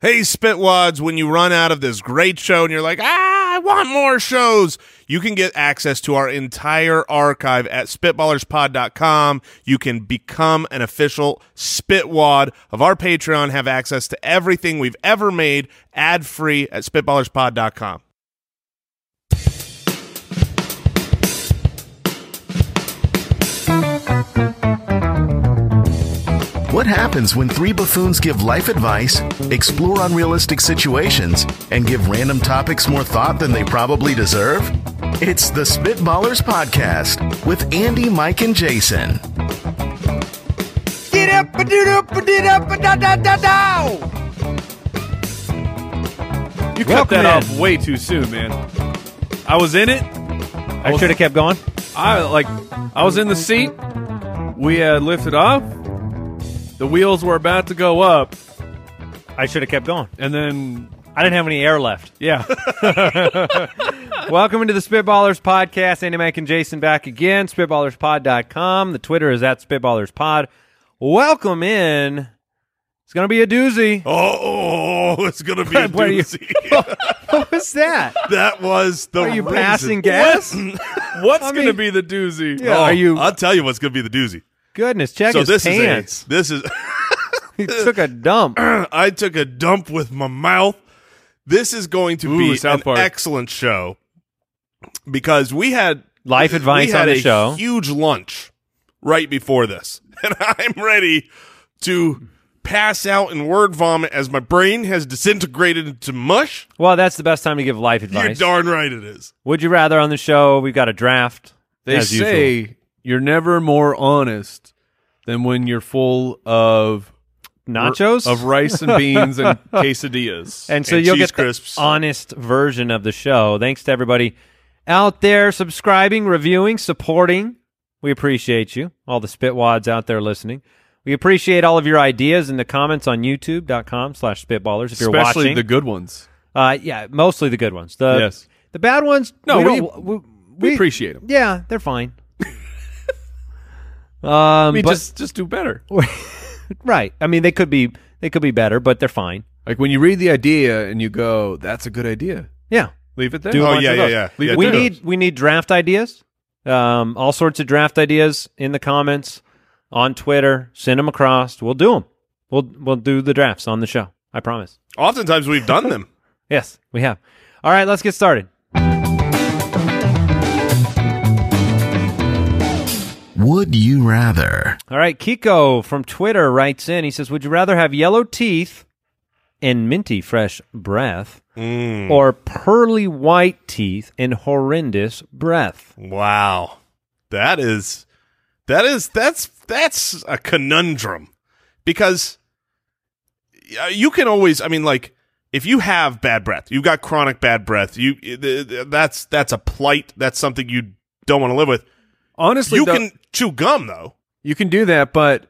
Hey, Spitwads, when you run out of this great show and you're like, ah, I want more shows, you can get access to our entire archive at spitballerspod.com. You can become an official Spitwad of our Patreon, have access to everything we've ever made ad free at spitballerspod.com. What happens when three buffoons give life advice, explore unrealistic situations, and give random topics more thought than they probably deserve? It's the Spitballers Podcast with Andy, Mike, and Jason. Get up a doot up a did up a da da da da. You cut Welcome that in. off way too soon, man. I was in it. I should have kept going. I like. I was in the seat. We had lifted off. The wheels were about to go up, I should have kept going. and then I didn't have any air left. yeah, Welcome into the Spitballers Podcast. Andy Mack and Jason back again. SpitballersPod.com. The Twitter is at SpitballersPod. Welcome in. It's going to be a doozy. Oh, it's going to be a What are you- doozy. What was that? that was the Are you reason. passing gas? what's I mean- gonna be the doozy? Yeah, are you- Oh, I'll tell you what's going to be the doozy. Goodness, check so his this pants. is a, this is he took a dump. I took a dump with my mouth. This is going to Ooh, be South an Park. excellent show because we had Life advice we had on the a show. huge lunch right before this, and I'm ready to pass out and word vomit as my brain has disintegrated into mush. Well, that's the best time to give life You're advice. darn right it is. Would you rather on the show? We've got a draft. They as usual. say you're never more honest than when you're full of nachos of rice and beans and quesadillas. And so and you'll cheese get the crisps. honest version of the show. Thanks to everybody out there subscribing, reviewing, supporting. We appreciate you, all the spitwads out there listening. We appreciate all of your ideas in the comments on youtube.com slash spitballers if you're especially watching. the good ones. uh, yeah, mostly the good ones. The, Yes. the bad ones, No, we, we- don't- we, We, we- appreciate them. Yeah, they're fine. um, I mean, but- just just do better. right. I mean, they could be they could be better, but they're fine. Like when you read the idea and you go, "That's a good idea." Yeah. Leave it there. Do a Oh, bunch yeah, of yeah, those. yeah. Yeah, we do need we need draft ideas. Um, all sorts of draft ideas in the comments on Twitter. Send them across. We'll do them. We'll we'll do the drafts on the show. I promise. Oftentimes we've done them. Yes, we have. All right, let's get started. Would you rather? All right, Kiko from Twitter writes in. He says, "Would you rather have yellow teeth and minty fresh breath, Mm, or pearly white teeth and horrendous breath?" wow, that is that is that's that's a conundrum because uh, you can always i mean like if you have bad breath you've got chronic bad breath you th- th- that's that's a plight that's something you don't want to live with Honestly, you though- can chew gum though You can do that, but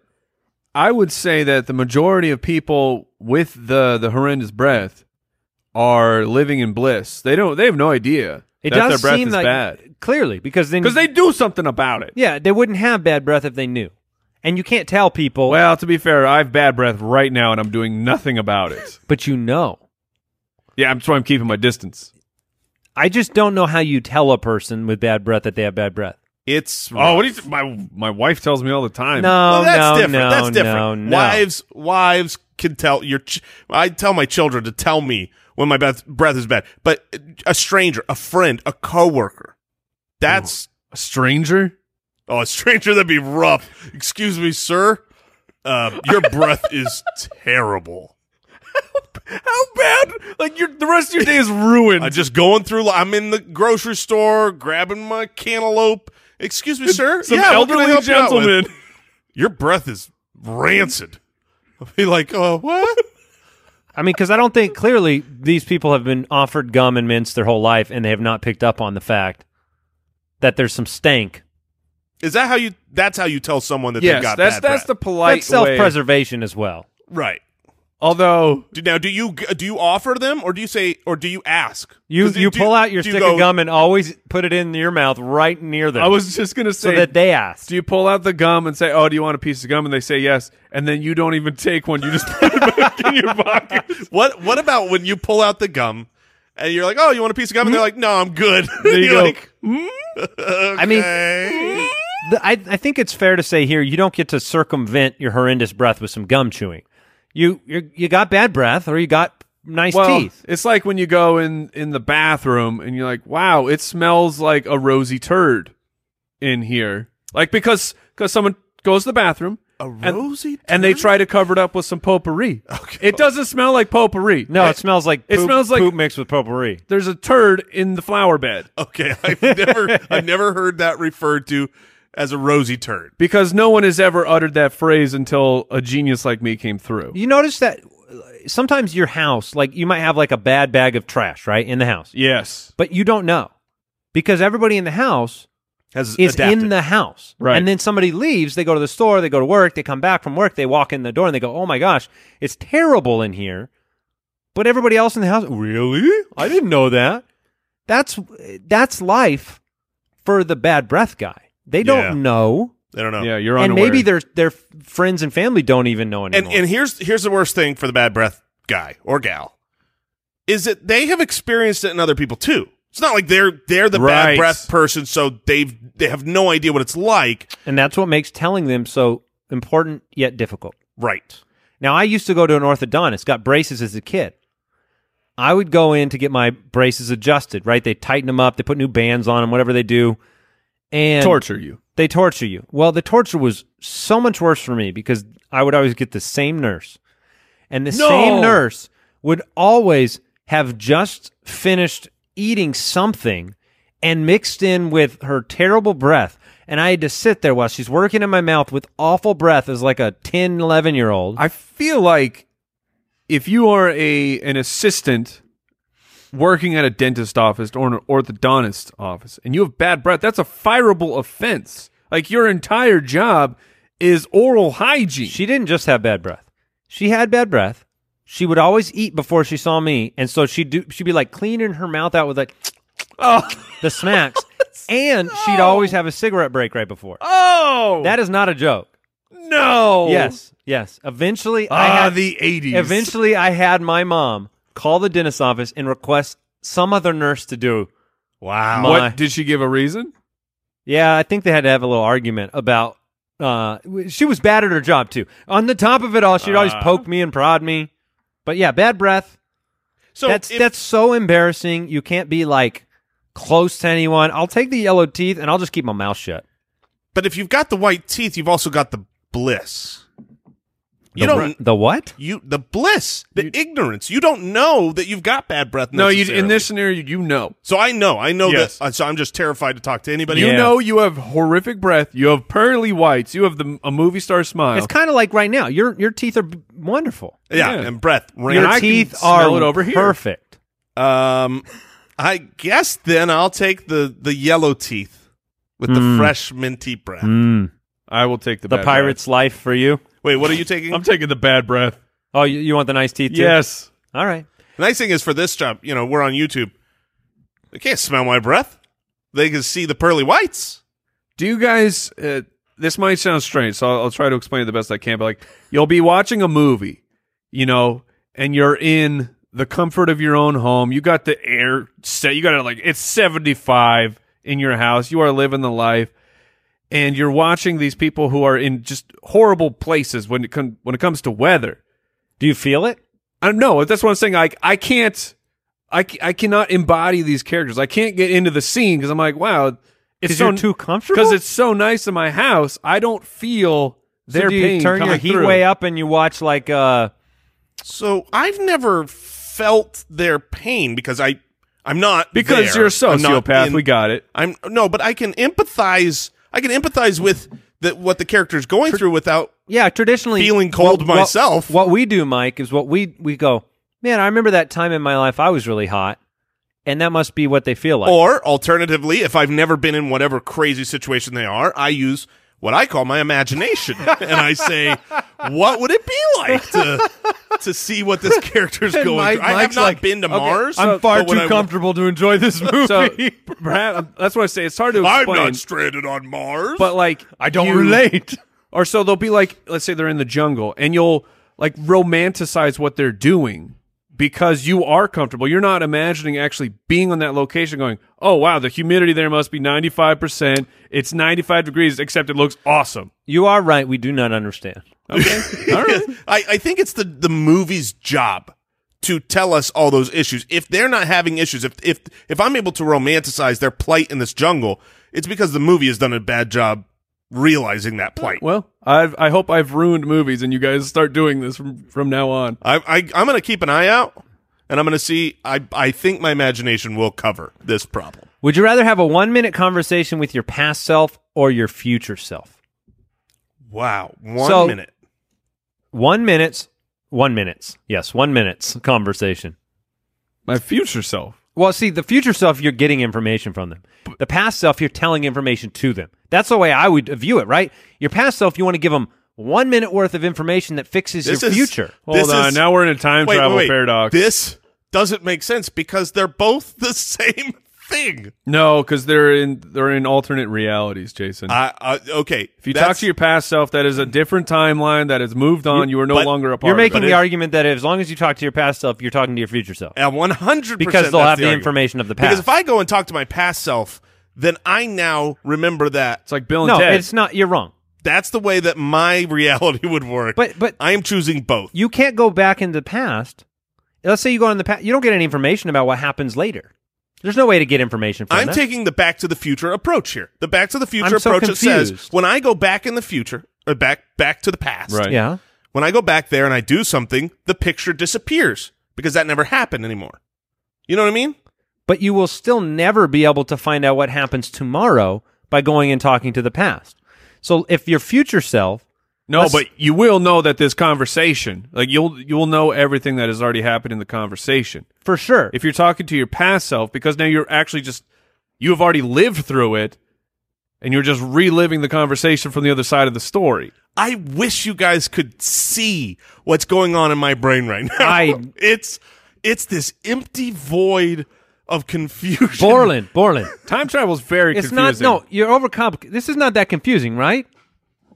I would say that the majority of people with the the horrendous breath are living in bliss. They don't. They have no idea It that does their breath seem is like bad clearly because then because they do something about it. Yeah, they wouldn't have bad breath if they knew. And you can't tell people, Well, to be fair, I have bad breath right now, and I'm doing nothing about it. but you know. yeah, I'm- that's why I'm keeping my distance. I just don't know how you tell a person with bad breath that they have bad breath. it's Oh, what do you? Th- my my wife tells me all the time. No, well, that's Oh, no, different no, that's different no, no. wives wives can tell your ch- i tell my children to tell me when my breath breath is bad but a stranger a friend a coworker that's a stranger. Oh, a stranger, that'd be rough. Excuse me, sir. Uh, your breath is terrible. How bad? Like your the rest of your day is ruined. I'm just going through. li- I'm in the grocery store grabbing my cantaloupe. Excuse me, sir. Some Yeah, what can I elderly help you out with? gentleman. Your breath is rancid. I'll be like, oh, what? I mean, because I don't think clearly these people have been offered gum and mints their whole life, and they have not picked up on the fact that there's some stank. Is that how you? That's how you tell someone that Yes, they've got that's bad that's the breath. polite That's self-preservation as well. the right. Although Do- Now, do you g- do you offer them, or do you say, or do you ask? You 'Cause you do- pull out your do stick go, of gum and always put it in your mouth right near them, I was just gonna so say that they ask. Do you pull out the gum and say, "Oh, do you want a piece of gum?" And they say yes, and then you don't even take one. You just put it book in your pocket. What What about when you pull out the gum and you're like, "Oh, you want a piece of gum?" And they're like, "No, I'm good." There you You're go. like, I mean, "Okay." The, I, I think it's fair to say here you don't get to circumvent your horrendous breath with some gum chewing. You you you got bad breath or you got nice well, teeth. it's like when you go in in the bathroom and you're like, "Wow, it smells like a rosy turd in here." Like because because someone goes to the bathroom a and- rosy and they try to cover it up with some potpourri. It doesn't smell like potpourri. No, it smells like it poop- smells like- poop mixed with potpourri. there's a turd in the flower bed Okay, I've never I've never heard that referred to as a rosy turd. because no one has ever uttered that phrase until a genius like me came through. You notice that uh, sometimes your house, like you might have like a bad bag of trash, right, in the house, Yes. but you don't know because everybody in the house Has is adapted. in the house, Right. And then somebody leaves, they go to the store, they go to work, they come back from work, they walk in the door, and they go, "Oh my gosh, it's terrible in here." But everybody else in the house, really? I didn't know that. That's that's life for the bad breath guy. They don't Yeah. know, I don't know. Yeah, you're on. Oh. and maybe their their friends and family don't even know and anymore. and here's here's the worst thing for the bad breath guy or gal is that they have experienced it in other people too. It's not like they're they're the Right. bad breath person, so they've they have no idea what it's like. And that's what makes telling them so important yet difficult. Right. Now, I used to go to an orthodontist, got braces as a kid. I would go in to get my braces adjusted, right? They tighten them up, they put new bands on them, whatever they do. And torture you. They torture you. Well, the torture was so much worse for me because I would always get the same nurse. And the No! same nurse would always have just finished eating something and mixed in with her terrible breath. And I had to sit there while she's working in my mouth with awful breath as like a 10, 11 year old. I feel like if you are a an assistant working at a dentist office or an orthodontist office and you have bad breath, that's a fireable offense. Like your entire job is oral hygiene. She didn't just have bad breath. She had bad breath. She would always eat before she saw me, and so she'd do, she'd be like cleaning her mouth out with like oh, the smacks, and she'd always have a cigarette break right before. oh That is not a joke. no. Yes, yes. Eventually, I Ah, had, the 80s. eventually I had my mom call the dentist's office and request some other nurse to do. Wow. My- What did she give a reason? Yeah, I think they had to have a little argument about. Uh, w- she was bad at her job too. On the top of it all, she'd Ah. always poke me and prod me. But yeah, bad breath. So that's if- that's so embarrassing. You can't be like close to anyone. I'll take the yellow teeth and I'll just keep my mouth shut. but if you've got the white teeth, you've also got the bliss. You the, don't the what? you the bliss, the ignorance. You don't know that you've got bad breath. No, you necessarily. in this scenario you know. So I know, I know Yes. that. uh, So I'm just terrified to talk to anybody. You know you have horrific breath, you have pearly whites, you have the a movie star smile. It's kind of like right now. Your your teeth are b- wonderful. yeah, Yeah. and breath. ran- Your I can teeth smell are it over here. perfect. Um, I guess then I'll take the the yellow teeth with Hmm. the fresh minty breath. I will take the The bad pirate's life for you. Wait, what are you taking? breath. I'm taking the bad breath. Oh, you, you want the nice teeth? Too? Yes. All right. the nice thing is for this job, you know, we're on YouTube. They can't smell my breath. They can see the pearly whites. Do you guys? Uh, this might sound strange, so I'll, I'll try to explain it the best I can. But like, you'll be watching a movie, you know, and you're in the comfort of your own home. You got the air set. You got it like it's seventy five in your house. You are living the life, and you're watching these people who are in just horrible places when it com- when it comes to weather. Do you feel it? I don't know. That's what I'm saying. Like I can't, I, c- I cannot embody these characters. I can't get into the scene because I'm like, wow, it's 'Cause so you're too comfortable? Because it's so nice in my house, I don't feel their so do pain. you turn your coming heat through. way up and you watch like uh So I've never felt their pain because I I'm not because there. you're a I'm not sociopath. in- we got it. I'm no, but I can empathize. I can empathize with the, what the character's going through without yeah, traditionally Feeling cold myself. What, we do, Mike, is what we we go. Man, I remember that time in my life I was really hot, and that must be what they feel like. Or alternatively, if I've never been in whatever crazy situation they are, I use what I call my imagination, and I say, "What would it be like to to see what this character's going Mike- through?" I have Mike's not like, been to okay, Mars. I'm far but when I- to enjoy this movie. So perhaps um, that's what I say. It's hard to I'm explain. not stranded on Mars. but like, I don't you, relate. Or so they'll be like, let's say they're in the jungle, and you'll like romanticize what they're doing because you are comfortable. You're not imagining actually being on that location going, "Oh wow, the humidity there must be 95%. It's 95 degrees except it looks awesome." You are right. We do not understand. I, I think it's the, the movie's job to tell us all those issues. If they're not having issues, if if if I'm able to romanticize their plight in this jungle, it's because the movie has done a bad job realizing that plight. Well, I've, I hope I've ruined movies and you guys start doing this from, from now on. I, I I'm going to keep an eye out, and I'm going to see. I I think my imagination will cover this problem. Would you rather have a one minute conversation with your past self or your future self? Wow, one So- minute. One minutes, one minutes. Yes, one minutes conversation. My future self. Well, see, the future self, you're getting information from them. The past self, you're telling information to them. That's the way I would view it, right? Your past self, you want to give them one minute worth of information that fixes This your is- future. Hold This on. is- now we're in a time Wait, travel wait, wait. paradox. This doesn't make sense because they're both the same thing. no, because they're in they're in alternate realities, Jason. I, I okay. if you talk to your past self, that is a different timeline that has moved on. You, are no but longer a part You're of making it. the argument that as long as you talk to your past self, you're talking to your future self. at one hundred Because they'll have the information of the past. Because if I go and talk to my past self, then I now remember that. It's like Bill and No, Ted. it's not. You're wrong. That's the way that my reality would work. But- but- I am choosing both. You can't go back in the past. Let's say you go in the past. You don't get any information about what happens later. There's no way to get information from I'm that. taking the Back to the Future approach here. The Back to the Future I'm so approach that says confused. when I go back in the future, or back back to the past, Right. yeah. when I go back there and I do something, the picture disappears because that never happened anymore. You know what I mean? but you will still never be able to find out what happens tomorrow by going and talking to the past. So if your future self, no, let's- but you will know that this conversation, like you'll you'll know everything that has already happened in the conversation. for sure, If you're talking to your past self, because now you're actually just you have already lived through it, and you're just reliving the conversation from the other side of the story. I wish you guys could see what's going on in my brain right now. I- it's it's this empty void of confusion. Borland, Borland, Time travel is very it's not. confusing. No, you're overcomplicated. This is not that confusing, right?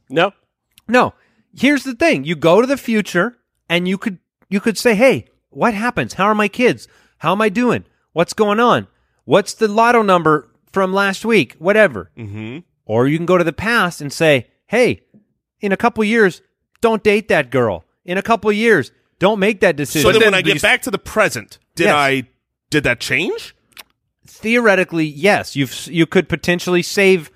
No. No. Here's the thing: you go to the future, and you could you could say, "Hey, what happens? How are my kids? How am I doing? What's going on? What's the lotto number from last week? Whatever." Mm-hmm. Or you can go to the past and say, "Hey, in a couple years, don't date that girl. In a couple years, don't make that So decision." then, when I do get you- back to the present, did Yes. I did that change? Theoretically, yes, you have you could potentially save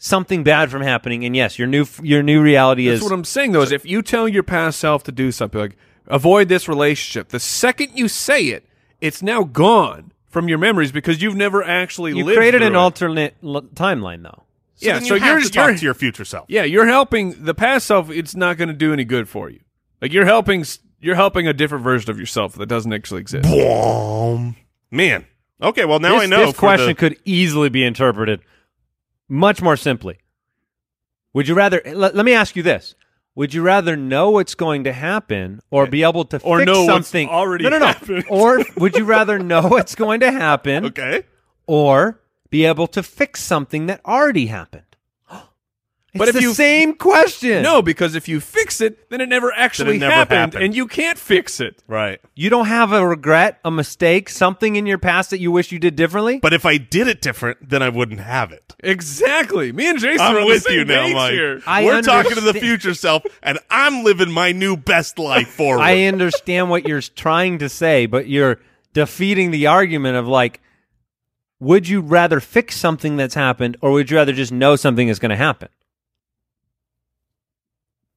something bad from happening, and yes, your new your new reality That's is what I'm saying though. Is if you tell your past self to do something, like avoid this relationship, the second you say it, it's now gone from your memories because you've never actually you lived created through an it. alternate l- timeline, though. So Yeah, then you so have you're- to talk you're- to your future self. Yeah, you're helping the past self. It's not going to do any good for you. Like you're helping, s- you're helping a different version of yourself that doesn't actually exist. Boom. Man. Okay, well now this, I know. This for question the- could easily be interpreted much more simply. Would you rather? Let, let me ask you this: Would you rather know what's going to happen, or be able to Or fix know what's something already No, no, no. happened. or would you rather know what's going to happen, okay. or be able to fix something that already happened? It's But if the you- same question. No, because if you fix it, then it never actually never happened, happened. and you can't fix it. Right. you don't have a regret, a mistake, something in your past that you wish you did differently. But if I did it different, then I wouldn't have it. Exactly. Me and Jason are I'm on with the same you now, page Mike. here. I We're talking to the understand- future self, and I'm living my new best life forward. I understand what you're trying to say, but you're defeating the argument of like, would you rather fix something that's happened or would you rather just know something is going to happen?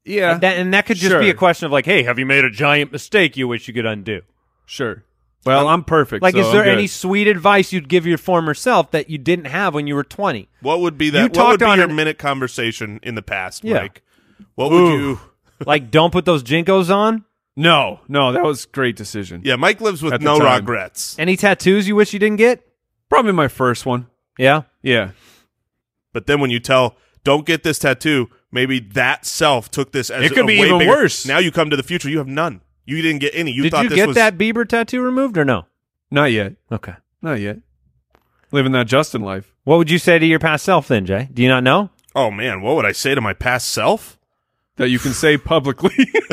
Yeah, And, that, and that could just be Sure. a question of like, hey, have you made a giant mistake you wish you could undo? sure. Well, I'm perfect. Like, so is there I'm good. any sweet advice you'd give your former self that you didn't have when you were 20? what would be that? You what would talked be on your an- minute conversation in the past, Yeah. Mike? What would you? like, don't put those jinkos on? No, no, that was a great decision. Yeah, Mike lives with At the no time. regrets, Any tattoos you wish you didn't get? Probably my first one. Yeah. Yeah. but then when you tell, "Don't get this tattoo," maybe that self took this as It a could be way even bigger- worse. Now you come to the future, you have none. You didn't get any. You Did thought you this get was that Bieber tattoo removed or no? Not yet. Okay. Not yet. Living that Justin life. What would you say to your past self then, Jay? Do you not know? Oh man, what would I say to my past self? That you can say publicly.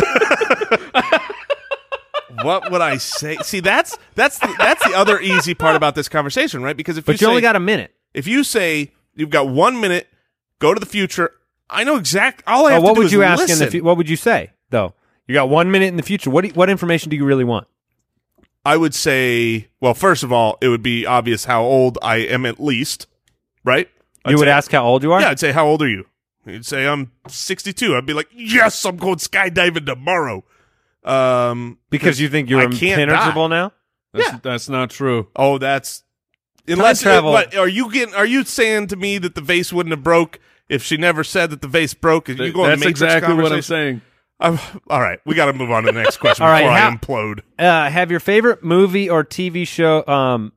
what would I say? See, that's that's the, that's the other easy part about this conversation, right? Because if But you, you, say, only got a minute. if you say you've got one minute, go to the future. I know exact. All I Oh, have to what do would is you ask in listen. the fu- what would you say though? You got one minute in the future. What do you- what information do you really want? I would say, well, first of all, it would be obvious how old I am at least, right? I'd You would say- ask how old you are. Yeah, I'd say, how old are you? You'd say, I'm 62. I'd be like, yes, I'm going skydiving tomorrow. Um, because you think you're I can't impenetrable now. That's, that's not true. oh, that's unless travel. But are you getting? Are you saying to me that the vase wouldn't have broke if she never said that the vase broke? Are you going that's Matrix exactly what I'm conversation? saying. I'm- all right, we got to move on to the next question All right, before how- I implode. Uh, have your favorite movie or TV show? Um,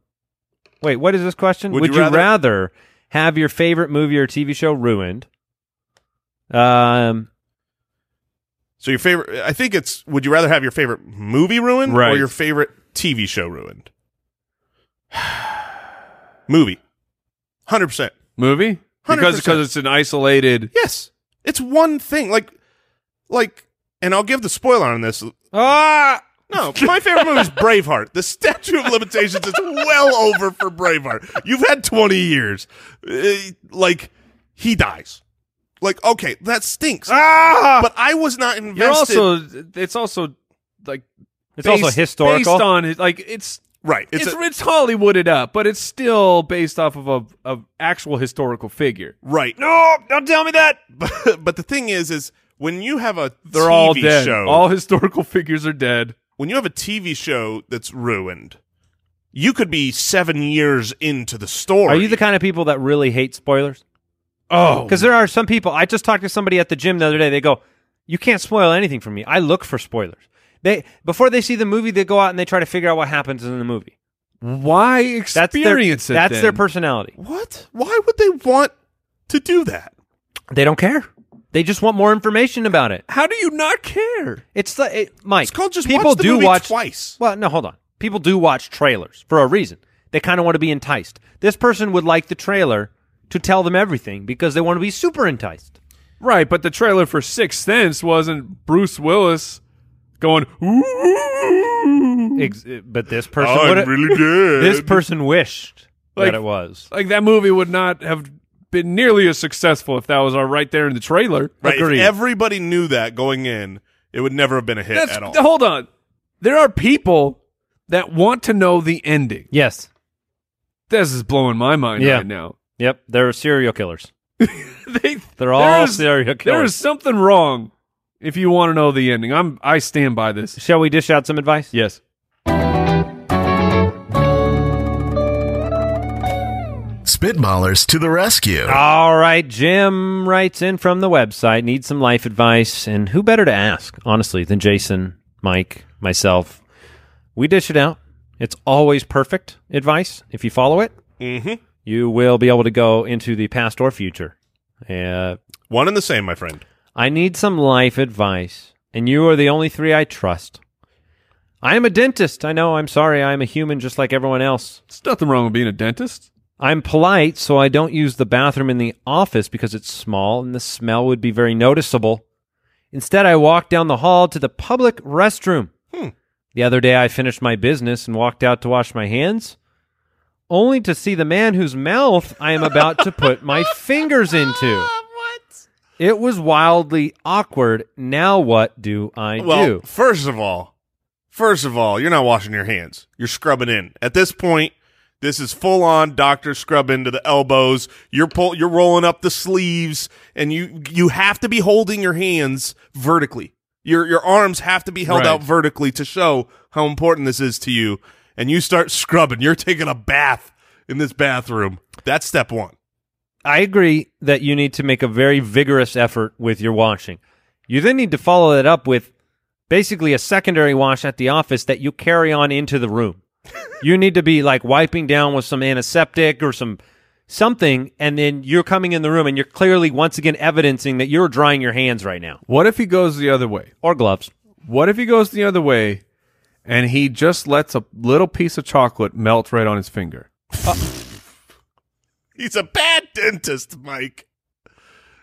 wait, what is this question? Would you you rather- rather have your favorite movie or TV show ruined? Um, So your favorite? I think it's. Would you rather have your favorite movie ruined or Right. your favorite TV show ruined? movie, hundred percent. Movie? Because 100%. because it's an isolated. Yes, it's one thing. Like, like, and I'll give the spoiler on this. ah, No, my favorite movie is Braveheart. The statute of limitations is well over for Braveheart. You've had twenty years. Uh, like, he dies. Like, okay, that stinks. Ah! But I was not invested. You're also. It's also like. It's also historical. Based on his, like it's right. it's It's, it's, a- Hollywooded up, but it's still based off of a of actual historical figure. right. No, don't tell me that. but, but the thing is, is when you have a They're TV all dead. show, All historical figures are dead. when you have a TV show that's ruined, you could be seven years into the story. are you the kind of people that really hate spoilers? Oh, Because there are some people. I just talked to somebody at the gym the other day. They go, "You can't spoil anything for me. I look for spoilers." They before they see the movie, they go out and they try to figure out what happens in the movie. why That's experience their, it? That's their then? personality. what? Why would they want to do that? They don't care. They just want more information about it. How do you not care? It's like it, Mike. It's called just people watch the do movie watch twice. Well, no, hold on. People do watch trailers for a reason. They kind of want to be enticed. This person would like the trailer to tell them everything because they want to be super enticed. Right, but the trailer for Sixth Sense wasn't Bruce Willis going. Ooh. Ex- eh, but this person, would Oh, really dead. this person wished Like- that it was. Like that movie would not have been nearly as successful if that was all right there in the trailer. right, if Agreed. everybody knew that going in, it would never have been a hit That's- at all. Hold on. There are people that want to know the ending. Yes. This is blowing my mind Yeah. right now. Yep. They're serial killers. They, They're all is- serial there killers. is something wrong if you want to know the ending. I'm I stand by this. Shall we dish out some advice? Yes. Spitballers to the rescue. All right, Jim writes in from the website, needs some life advice, and who better to ask, honestly, than Jason, Mike, myself. We dish it out. It's always perfect advice. If you follow it, Mhm. you will be able to go into the past or future. Uh, One and the same, my friend. I need some life advice, and you are the only three I trust. I am a dentist. I know. I'm sorry. I am a human just like everyone else. There's nothing wrong with being a dentist. I'm polite, so I don't use the bathroom in the office because it's small and the smell would be very noticeable. Instead, I walk down the hall to the public restroom. The other day, I finished my business and walked out to wash my hands, only to see the man whose mouth I am about to put my fingers into. what? It was wildly awkward. Now, what do I Well, do? first of all, first of all, you're not washing your hands. You're scrubbing in. At this point, this is full on doctor scrubbing to the elbows. You're pull, you're rolling up the sleeves, and you you have to be holding your hands vertically. Your your arms have to be held Right. out vertically to show how important this is to you. And you start scrubbing. You're taking a bath in this bathroom. That's step one. I agree that you need to make a very vigorous effort with your washing. You then need to follow that up with basically a secondary wash at the office that you carry on into the room. you need to be like wiping down with some antiseptic or some something and then you're coming in the room and you're clearly once again evidencing that you're drying your hands right now What if he goes the other way? or gloves. What if he goes the other way and he just lets a little piece of chocolate melt right on his finger? He's a bad dentist, Mike.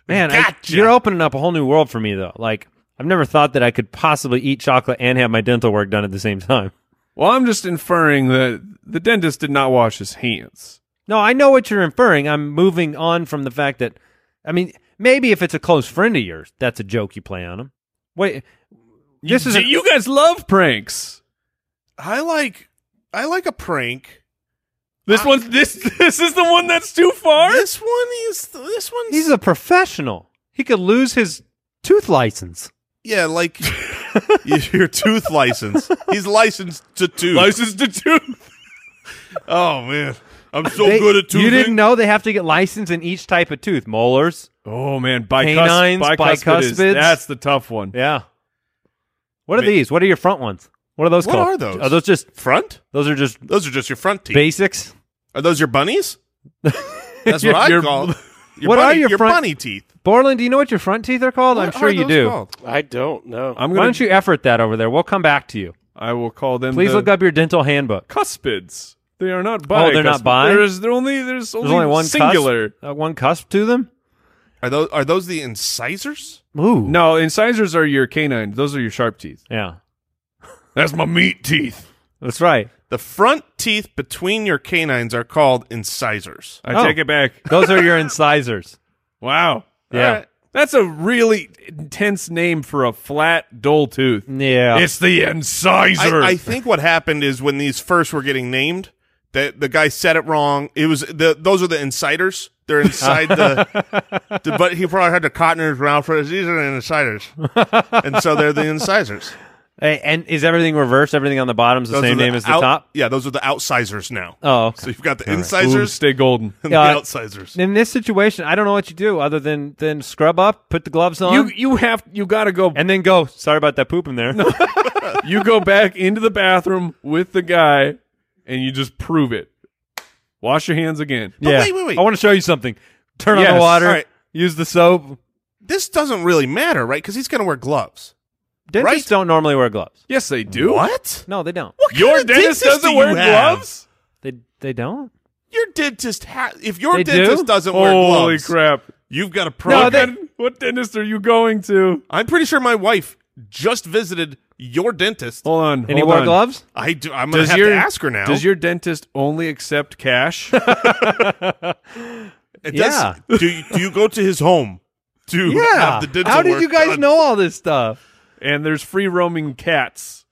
Man, I- Gotcha. you're opening up a whole new world for me though. Like I've never thought that I could possibly eat chocolate and have my dental work done at the same time. Well, I'm just inferring that the dentist did not wash his hands. No, I know what you're inferring. I'm moving on from the fact that, I mean, maybe if it's a close friend of yours, that's a joke you play on them. Wait, this you, is a- you guys love pranks. I like I like a prank. This one's this this is the one that's too far. This one is this one's he's a professional. He could lose his tooth license. yeah, like your tooth license. He's licensed to tooth. License to tooth. oh man, I'm so They- good at toothing. you didn't know they have to get licensed in each type of tooth. Molars. Oh man, bicus- Canines, bicuspid is- bicuspids. That's the tough one. Yeah. What are these? What are your front ones? What are those What called? are those? Are those just front? those are just Those are just your front teeth. basics? Are those your bunnies? That's what Your- I your- call. Your What bunny, are your front- bunny teeth? Borland, do you know what your front teeth are called? I'm What sure are you those do. called? I don't know. I'm Why gonna. don't you effort that over there? We'll come back to you. I will call them. Please the look up your dental handbook. cuspids. They are not bi. Oh, they're not bi? There's there only there's only, There's only one singular. Cusp, uh, one cusp to them. Are those are those the incisors? Ooh. No, incisors are your canines. Those are your sharp teeth. Yeah. That's my meat teeth. That's right. The front teeth between your canines are called incisors. I Oh. take it back. Those are your incisors. Wow. Yeah. All right. That's a really intense name for a flat, dull tooth. Yeah. It's the incisor. I, I think what happened is when these first were getting named, that the guy said it wrong. It was the those are the insiders. They're inside the, the- but he probably had the cotton in his mouth for this. These are the insiders, and so they're the incisors. Hey, and is everything reversed? Everything on the bottom's the Those same are name as the out- top? Yeah, those are the outsizers now. Oh. okay. So you've got the Ooh, incisors stay golden. and the Yeah. outsizers. In this situation, I don't know what you do other than than scrub up, put the gloves on, You you have you got to go. and then go. Sorry about that poop in there. you go back into the bathroom with the guy, and you just prove it. Wash your hands again. yeah. wait, wait, wait. I want to show you something. Turn on Yes. the water. All right. Use the soap. This doesn't really matter, right? Because he's going to wear gloves. Dentists Right. don't normally wear gloves. Yes, they do. What? No, they don't. What Your kind of dentist doesn't do wear you have? gloves. They they don't. Your dentist ha- if your They do? dentist doesn't wear Holy gloves, crap! you've got a problem. No, they- Then what dentist are you going to? I'm pretty sure my wife just visited your dentist. Hold on. And he hold wore on. gloves. I do, I'm going to have to ask her now. Does your dentist only accept cash? It does- Yeah. do, you, do you go to his home to have the dental Ah, How did work you guys done? know all this stuff? and there's free roaming cats.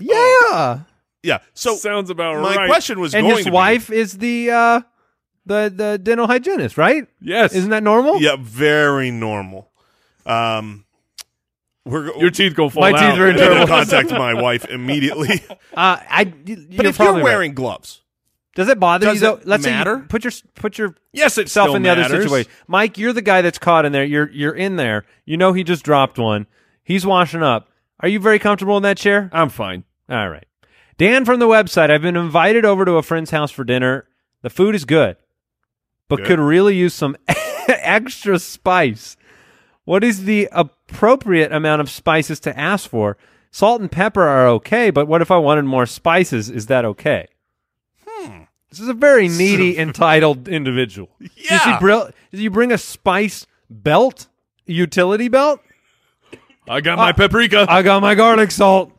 Yeah. Yeah. So Sounds about my right. question was and going his to be- wife is the uh the the dental hygienist, right? Yes. Isn't that normal? yeah, very normal. Um, we're go- Your teeth go fall My out. teeth are in I'm trouble. gonna contact my wife immediately. Uh, I. you- but you're if you're probably right. wearing gloves, does it bother Does you? Though? it Let's say you matter? put your put yourself Yes, it's still in the matters. other situation. Mike, you're the guy that's caught in there. You're you're in there. You know he just dropped one. He's washing up. Are you very comfortable in that chair? I'm fine. All right. Dan from the website. I've been invited over to a friend's house for dinner. The food is good, but Good. could really use some extra spice. What is the appropriate amount of spices to ask for? Salt and pepper are okay, but what if I wanted more spices? Is that okay? Hmm. This is a very needy, entitled individual. Yeah. Does he brill- does he bring a spice belt, utility belt? I got my paprika. I got my garlic salt.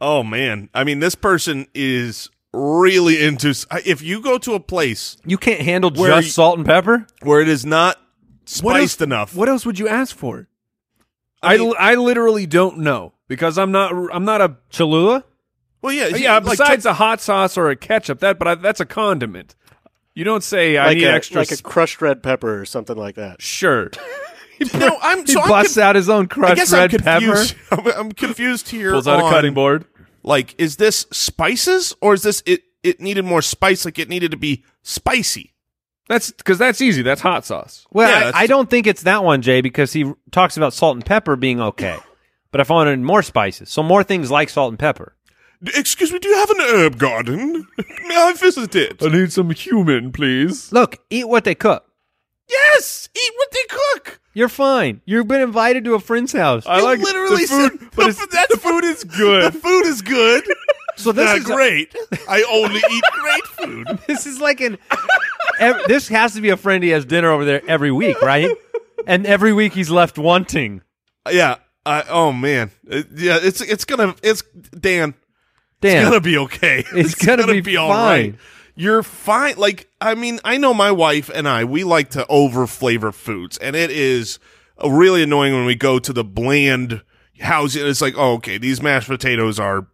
Oh man, I mean, this person is really into. s- I- If you go to a place You can't handle Where just you- salt and pepper? where it is not What spiced else- enough, What else would you ask for? I I, mean- I literally don't know because I'm not I'm not a Cholula? well, yeah, yeah. like, besides a hot sauce or a ketchup, that but I, that's a condiment. You don't say I like need a, extra. like a s- crushed red pepper or something like that. sure. no, I'm He so I'm busts out his own I crushed guess red I'm pepper. confused. I'm, I'm confused here. Pulls out a on, cutting board. Like, is this spices or is this it? It needed more spice. Like it needed to be spicy. That's because that's easy. That's hot sauce. Well, Yeah, I- that's- I, don't think it's that one, Jay, because he talks about salt and pepper being okay. but if I wanted more spices, so more things like salt and pepper. Excuse me, do you have an herb garden? May I visit it? I need some human, please. Look, eat what they cook. yes, eat what they cook. You're fine. You've been invited to a friend's house. I You like literally the food, said- but the it's, f- that's the food is The good. food is good. so this Not is great. I only eat great food. this is like an. ev- this has to be a friend he has dinner over there every week, right? And every week he's left wanting. Yeah. I oh man, Uh, yeah, it's it's gonna it's Dan. Dan, It's gonna be okay. It's gonna be all right. fine. You're fine. Like I mean, I know my wife and I. We like to over flavor foods, and it is uh, really annoying when we go to the bland house. and It's like, oh, okay, these mashed potatoes are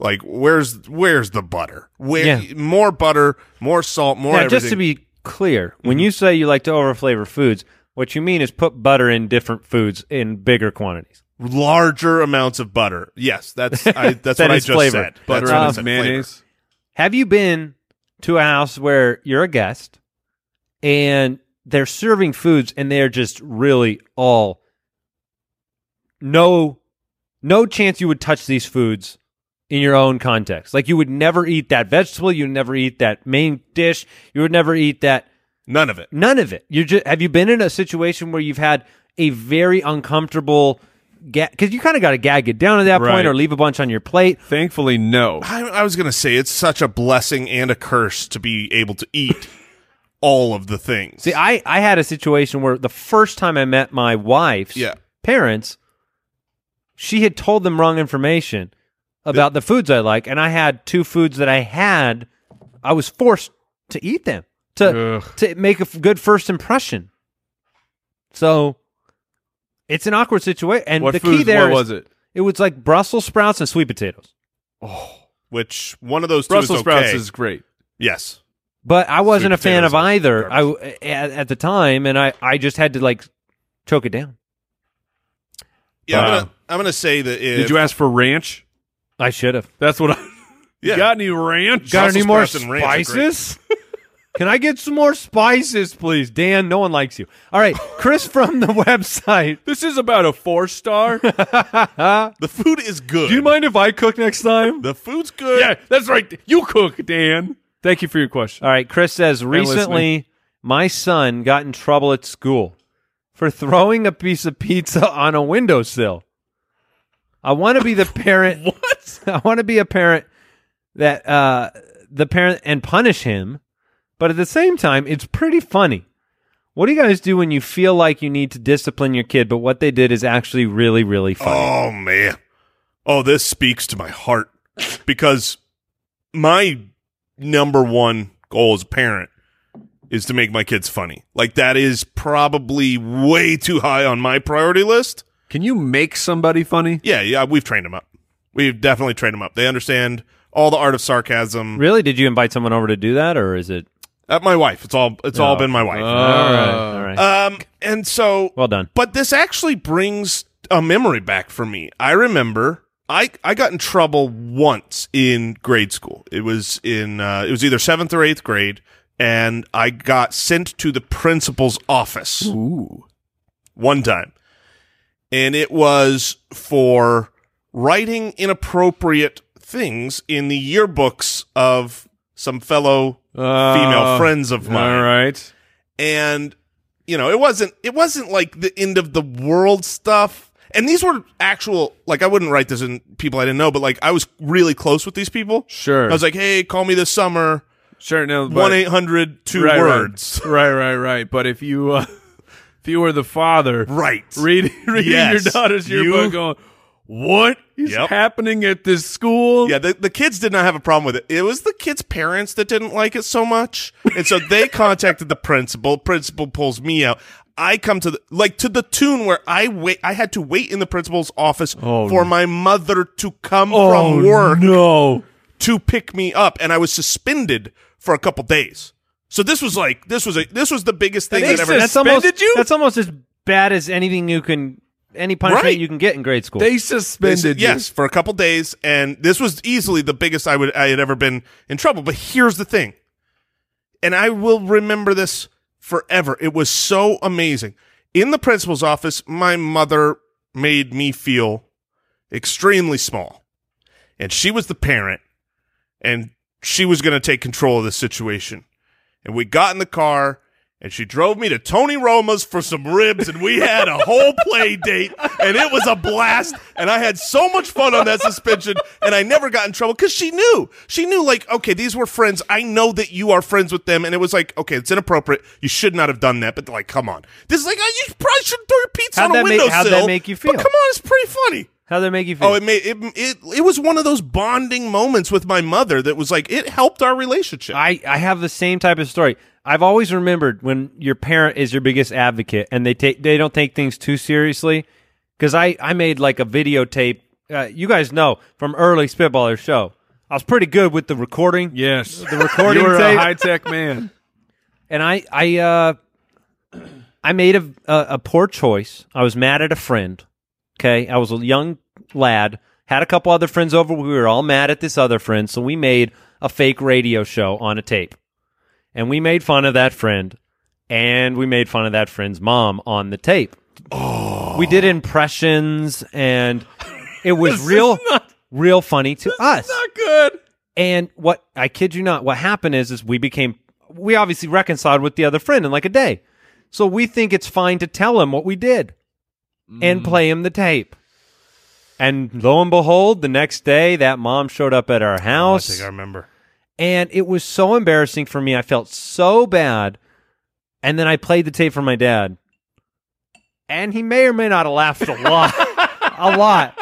like, where's where's the butter? Where Yeah. more butter, more salt, more Now, everything. just to be clear, when you say you like to overflavor foods, what you mean is put butter in different foods in bigger quantities. larger amounts of butter. Yes, that's I, that's That what I is just flavor. said. Butter that's what I and said, flavor. mayonnaise. Have you been to a house where you're a guest and they're serving foods and they're just really all no no chance you would touch these foods in your own context. Like you would never eat that vegetable, you would never eat that main dish, you would never eat that None of it. None of it. You just have you been in a situation where you've had a very uncomfortable gag because you kind of got to gag it down at that Right. point or leave a bunch on your plate. Thankfully, no. I, I was gonna say it's such a blessing and a curse to be able to eat all of the things. See, I I had a situation where the first time I met my wife's Yeah. parents, she had told them wrong information about the foods I like, and I had two foods that I had. I was forced to eat them to to make a f- good first impression. So. It's an awkward situation, and what the food? key what there is- was it? It was like Brussels sprouts and sweet potatoes. which one of those two Brussels is okay. sprouts is great. yes. But I Sweet wasn't a fan potatoes of are either I, at, at the time, and I, I just had to like choke it down. Yeah, I'm, Wow. gonna, I'm gonna say that. If, Did you ask for ranch? I should have. That's what I Yeah. got. Any ranch? Got Brussels any more sprouts and ranch are great. spices? Can I get some more spices, please? Dan, no one likes you. All right, Chris from the website. This is about a four star. Do The food is good. you mind if I cook next time? The food's good. yeah, that's right. You cook, Dan. Thank you for your question. All right, Chris says listening. recently my son got in trouble at school for throwing a piece of pizza on a windowsill. I want to be the parent. what? I want to be a parent that uh, the parent and punish him, but at the same time, it's pretty funny. What do you guys do when you feel like you need to discipline your kid, but what they did is actually really, really funny? Oh man. Oh, this speaks to my heart because my number one goal as a parent is to make my kids funny. Like that is probably way too high on my priority list. Can you make somebody funny? Yeah, yeah, we've trained them up. We've definitely trained them up. They understand all the art of sarcasm. Really? Did you invite someone over to do that, or is it? Uh, my wife. It's all. It's all Oh. been my wife. all right, all right. Um, and so well done. But this actually brings a memory back for me. I remember I, I got in trouble once in grade school. It was in uh, it was either seventh or eighth grade, and I got sent to the principal's office Ooh. one time, and it was for writing inappropriate things in the yearbooks of some fellow female friends of mine Uh, All right. and you know it wasn't it wasn't like the end of the world stuff and these were actual like i wouldn't write this in people i didn't know but like i was really close with these people Sure. i was like hey call me this summer sure. No. but- 1-800 two right, right. words Right. Right. Right. But if you uh, if you were the father, right, reading reading Yes. your daughter's You- yearbook, going, what is Yep. happening at this school? yeah the, the kids did not have a problem with it it was the kids parents that didn't like it so much and so they contacted the principal principal pulls me out I come to the like to the tune where I wait. I had to wait in the principal's office for my mother to come Oh from work. no. to pick me up and I was suspended for a couple days. So this was like this was a this was the biggest thing that ever that's almost, suspended you? That's almost as bad as anything you can, any punishment Right. you can get in grade school. They They- suspended you. yes for a couple days and this was easily the biggest I would I had ever been in trouble. But here's the thing. And I will remember this forever. It was so amazing. In the principal's office, my mother made me feel extremely small. And she was the parent and she was going to take control of the situation. And we got in the car and she drove me to Tony Roma's for some ribs, and we had a whole play date, and it was a blast. And I had so much fun on that suspension, and I never got in trouble because she knew. She knew, like, okay, these were friends. I know that you are friends with them, and it was like, okay, it's inappropriate. You should not have done that, but like, come on, this is like, oh, you probably shouldn't throw your pizza on How'd a that make- windowsill. how'd that make you but feel? come on, it's pretty funny. How'd that make you feel? Oh, it made it, it. It was one of those bonding moments with my mother that was like it helped our relationship. I, I have the same type of story. I've always remembered when your parent is your biggest advocate and they take they don't take things too seriously. Because I, I made like a videotape. Uh, you guys know from early Spitballer show. I was pretty good with the recording. Yes, the recording You're a tape. uh, high tech man. and I I uh I made a, a a poor choice. I was mad at a friend. Okay, I was a young lad. Had a couple other friends over. We were all mad at this other friend, so we made a fake radio show on a tape, and we made fun of that friend, and we made fun of that friend's mom on the tape. Oh. We did impressions, and it was real, real funny to us. Good. And what I kid you not, what happened is is we became we obviously reconciled with the other friend in like a day. So we think it's fine to tell him what we did Mm. and play him the tape. And lo and behold, the next day that mom showed up at Oh, our house. remember. And it was so embarrassing for me. I felt so bad. And then I played the tape for my dad. And he may or may not have laughed a lot. a lot.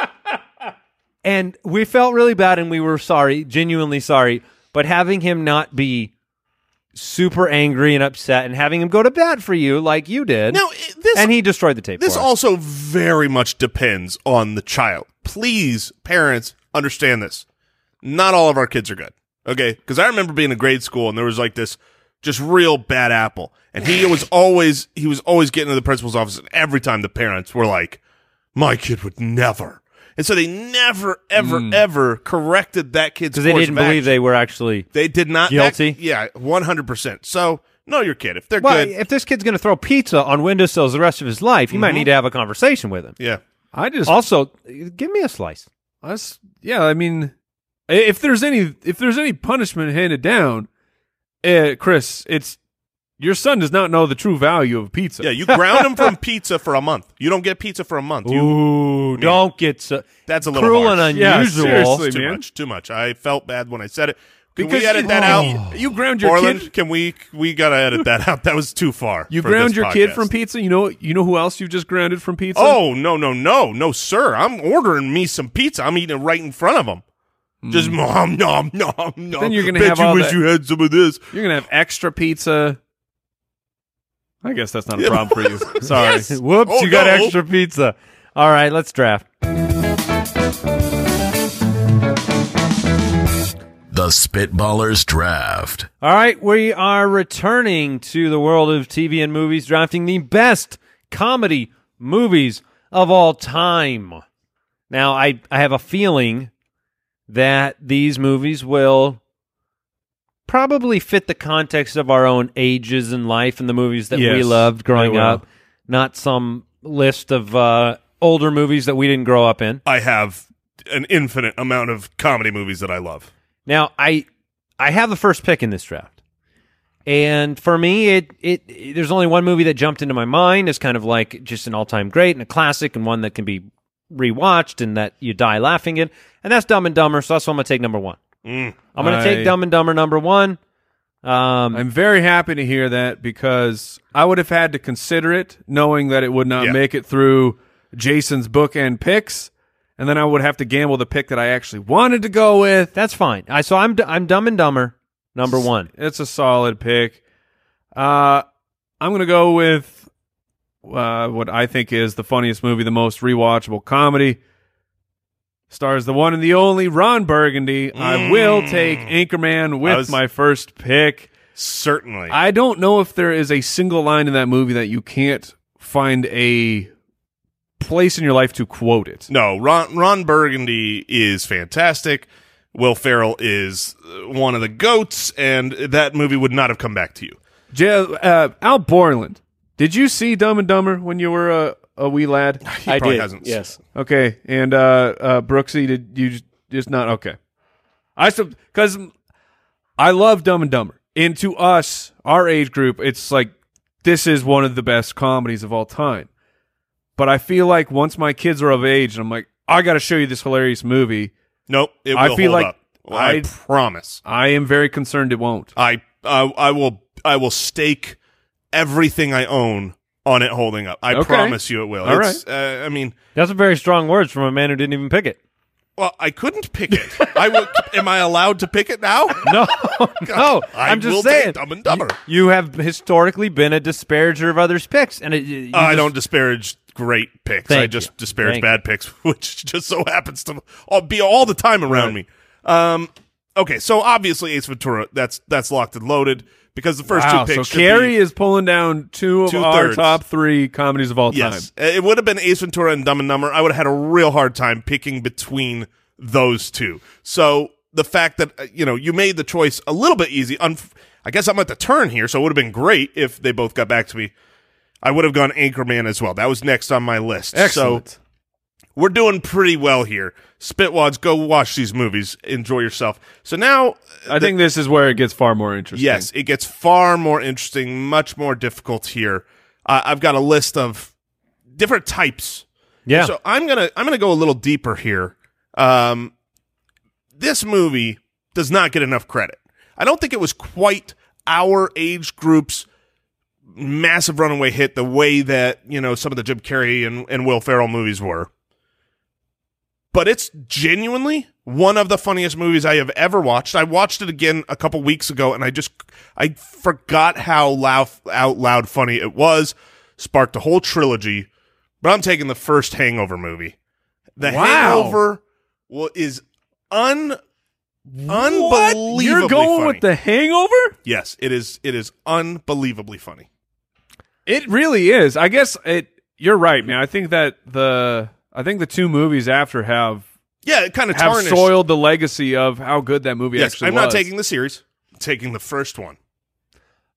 And we felt really bad and we were sorry, genuinely sorry. But having him not be super angry and upset and having him go to bat for you like you did. Now i- this and he destroyed the tape. this for us. also very much depends on the child. Please, parents, understand this. Not all of our kids are good. Okay, because I remember being in grade school and there was like this just real bad apple, and he was always he was always getting to the principal's office, and every time the parents were like, "My kid would never," and so they never, ever, ever corrected that kid's Mm. because they course didn't of believe action. they were actually They did not Guilty? that- yeah, one hundred percent. So no, your kid. If they're well, good, if this kid's going to throw pizza on windowsills the rest of his life, you might need to have a conversation with him. yeah. I just Also, give me a slice. Us, yeah. I mean, i- if there's any if there's any punishment handed down, uh, Chris, it's your son does not know the true value of pizza. Yeah, you ground them from pizza for a month. You don't get pizza for a month. You, Ooh, don't get so that's a little cruel harsh. and Yeah, unusual. seriously. too man. much. Too much. I felt bad when I said it. Can because we edit you, that out? You ground your Borland, kid. can we? We gotta edit that out. That was too far. You for ground this your kid podcast. from pizza. You know. You know who else you just grounded from pizza? Oh no no no no sir! I'm ordering me some pizza. I'm eating it right in front of him. Just nom nom nom nom. Hmm. Then you're gonna Bet have you all wish that- you had some of this. you're gonna have extra pizza. I guess that's not Yeah. a problem for you. Sorry. Yes. Whoops, Oh, you got no. extra pizza. All right, let's draft. The Spitballers Draft. All right, we are returning to the world of TV and movies, drafting the best comedy movies of all time. Now, I, I have a feeling that these movies will probably fit the context of our own ages in life and the movies that we Yes, loved growing they will. up, not some list of uh, older movies that we didn't grow up in. I have an infinite amount of comedy movies that I love. Now I I have the first pick in this draft. And for me it, it it- there's only one movie that jumped into my mind as kind of like just an all-time great and a classic and one that can be rewatched and that you die laughing at. And that's Dumb and Dumber, so that's why I'm going to take number 1. I'm going to I- take Dumb and Dumber number 1. Um I'm very happy to hear that because I would have had to consider it, knowing that it would not Yeah. make it through Jason's bookend picks, and then I would have to gamble the pick that I actually wanted to go with. that's fine. I so I'm d- I'm Dumb and Dumber number 1. It's a solid pick. Uh, I'm gonna go with uh, what I think is the funniest movie, the most rewatchable comedy. Stars the one and the only Ron Burgundy. I will take Anchorman with Mm. was- my first pick. Certainly. I don't know if there is a single line in that movie that you can't find a place in your life to quote it. No, Ron Ron Burgundy is fantastic. Will Ferrell is uh, one of the goats, and that movie would not have come back to you. J- uh, Al Borland, did you see Dumb and Dumber when you were a, a wee lad? He I probably did. hasn't. Yes. Okay, and uh, uh, Brooksy, did you just, just not? Okay, I because I love Dumb and Dumber, and to us, our age group, it's like this is one of the best comedies of all time. But I feel like once my kids are of age and I'm like, I got to show you this hilarious movie, Nope. It will I feel hold like up. I, I- promise. I am very concerned it won't. I, I I will I will stake everything I own on it holding up. I Okay. promise you it will. All it's, uh, I mean, That's some very strong words from a man who didn't even pick it. well, I couldn't pick it. I would. Am I allowed to pick it now? No, no. I I'm just will saying. take Dumb and Dumber. You have historically been a disparager of others' picks, and it, you you I just- don't disparage great picks. I Thank just you. disparage Thank bad picks, which just so happens to all- be all the time around me. Um, okay, so obviously Ace Ventura, that's that's locked and loaded because the first Wow, two so picks. should Carrie be- is pulling down two of our Two-thirds. top three comedies of all yes, time. it would have been Ace Ventura and Dumb and Dumber. I would have had a real hard time picking between those two. So the fact that uh, you know you made the choice a little bit easy. Unf- I guess I'm at the turn here, so it would have been great if they both got back to me. I would have gone Anchorman as well. That was next on my list. So Excellent. we're doing pretty well here. Spitwads, go watch these movies. Enjoy yourself. So now, uh, I think this is where it gets far more interesting. yes, it gets far more interesting, much more difficult here. Uh, I've got a list of different types. Yeah. So I'm gonna I'm gonna go a little deeper here. Um, this movie does not get enough credit. I don't think it was quite our age group's massive runaway hit the way that you know some of the Jim Carrey and, and Will Ferrell movies were. But it's genuinely one of the funniest movies I have ever watched. I watched it again a couple weeks ago, and I just I forgot how loud out loud funny it was. Sparked a whole trilogy, but I'm taking the first Hangover movie. The Wow. Hangover wa- is un unbelievably You're going funny. with the hangover? yes. It is it is unbelievably funny. It really is. I guess it you're right, man. I think that the I think the two movies after have Yeah, it kind of have tarnished. soiled the legacy of how good that movie yes, actually I'm not was. taking the series. I'm taking the first one.